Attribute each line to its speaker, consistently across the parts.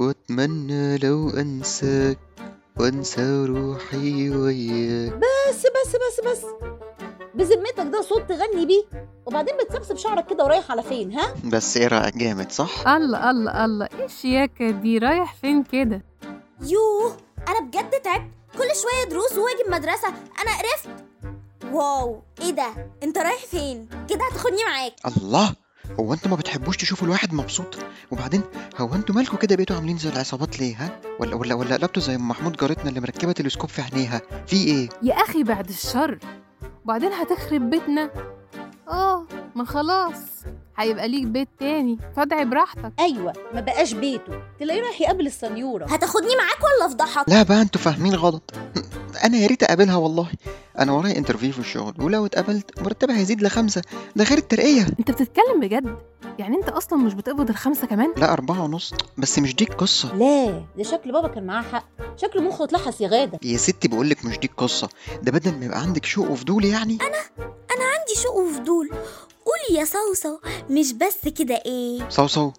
Speaker 1: أتمنى لو أنساك وأنسى روحي وياك
Speaker 2: بس بس بس بس بذمتك ده صوت تغني بيه وبعدين بتسبسب شعرك كده ورايح على فين ها
Speaker 1: بس إيه رأيك جامد صح؟
Speaker 3: الله الله الله ايه الشياكة دي رايح فين كده
Speaker 4: يوه انا بجد تعبت كل شويه دروس واجب مدرسه انا قرفت واو ايه ده انت رايح فين كده هتاخدني معاك
Speaker 1: الله هو انتوا ما بتحبوش تشوفوا الواحد مبسوط وبعدين هو انتوا مالكوا كده بقيتوا عاملين زي العصابات ليه ها ولا ولا ولا قلبتوا زي ام محمود جارتنا اللي مركبه تلسكوب في عينيها في ايه
Speaker 3: يا أخي بعد الشر وبعدين هتخرب بيتنا اه ما خلاص هيبقى ليك بيت تاني فادعي براحتك
Speaker 2: ايوه ما بقاش بيته تلاقيه رايح يقابل السنيوره
Speaker 4: هتاخدني معاك ولا افضحك
Speaker 1: لا بقى انتوا فاهمين غلط انا يا ريت اقابلها والله انا ورايا انترفيو في الشغل ولو اتقابلت مرتبها هيزيد لخمسة ده غير الترقية
Speaker 3: انت بتتكلم بجد يعني انت اصلا مش بتقبض الخمسة كمان
Speaker 1: لا أربعة ونص بس مش دي القصة
Speaker 2: لا ده شكل بابا كان معاه حق شكل مخه اتلحس يا غاده
Speaker 1: يا ستي بقولك مش دي القصة ده بدل ما يبقى عندك شوق وفضول يعني
Speaker 4: عندي شوق وفضول قولي يا صوصو مش بس كده ايه
Speaker 1: صوصو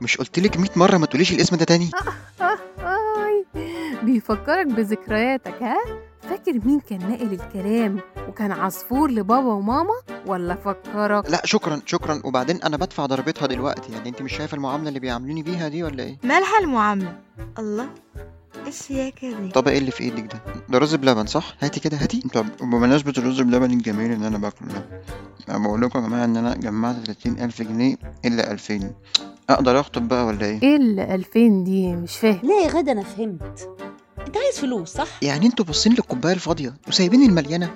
Speaker 1: مش قلتلك 100 مرة ما تقوليش الاسم ده تاني
Speaker 3: آي بيفكرك بذكرياتك ها فاكر مين كان ناقل الكلام وكان عصفور لبابا وماما ولا فكرك
Speaker 1: لا شكرا شكرا وبعدين انا بدفع ضريبتها دلوقتي يعني انت مش شايفه المعامله اللي بيعاملوني بيها دي ولا ايه
Speaker 5: مالها المعاملة الله ايه الشياكة دي
Speaker 1: طب ايه اللي في ايدك ده ده رز بلبن صح هاتي كده هاتي طب بمناسبه الرز بلبن الجميل اللي انا باكله ده أنا بقول لكم يا جماعه ان انا جمعت 30000 جنيه الا 2000 اقدر اخطب بقى ولا ايه
Speaker 3: ايه ال 2000 دي مش فاهم
Speaker 2: لا يا غاده انا فهمت انت عايز فلوس صح
Speaker 1: يعني انتوا باصين للكوبايه الفاضيه وسايبين المليانه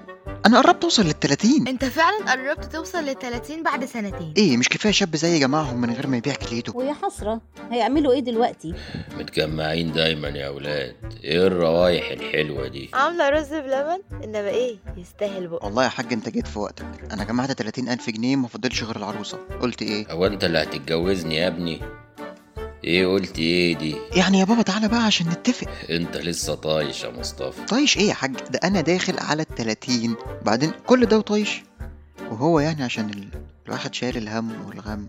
Speaker 1: انا قربت اوصل لل 30
Speaker 5: انت فعلا قربت توصل ل 30 بعد سنتين
Speaker 1: ايه مش كفايه شاب زي جماعهم من غير ما يبيع كليته
Speaker 2: ويا حسره هيعملوا ايه دلوقتي
Speaker 6: متجمعين دايما يا ولاد ايه الروايح الحلوة دي
Speaker 5: عاملة رز بلبن انما ايه يستاهل بقى
Speaker 1: والله يا حاج انت جيت في وقتك انا جمعت 30000 جنيه ما فضلش غير العروسه قلت ايه
Speaker 6: هو انت اللي هتتجوزني يا ابني ايه قلت ايه دي
Speaker 1: يعني يا بابا تعالى بقى عشان نتفق
Speaker 6: انت لسه طايش يا مصطفى
Speaker 1: طايش ايه يا حاج ده انا داخل على ال 30 وبعدين كل ده وطايش وهو يعني عشان ال... الواحد شايل الهم والغم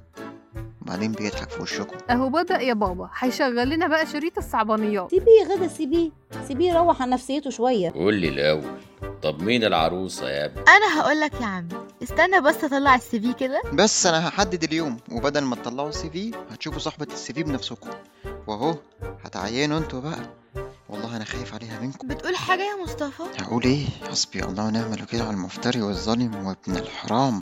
Speaker 1: وبعدين بيضحك في وشكم
Speaker 3: اهو بدأ يا بابا هيشغل لنا بقى شريط الصعبانيات
Speaker 2: سيبيه يا غاده سيبيه سيبيه يروح عن نفسيته شويه
Speaker 6: قول لي الاول طب مين العروسة يا ابني
Speaker 5: انا هقولك يا عم استنى بس اطلع السي في كده
Speaker 1: بس انا هحدد اليوم وبدل ما تطلعوا السي في هتشوفوا صاحبة السي في بنفسكم واهو هتعينوا انتوا بقى والله انا خايف عليها منكم
Speaker 5: بتقول حاجة يا مصطفى
Speaker 1: هقول ايه حسبي الله ونعم الوكيل على المفتري والظالم وابن الحرام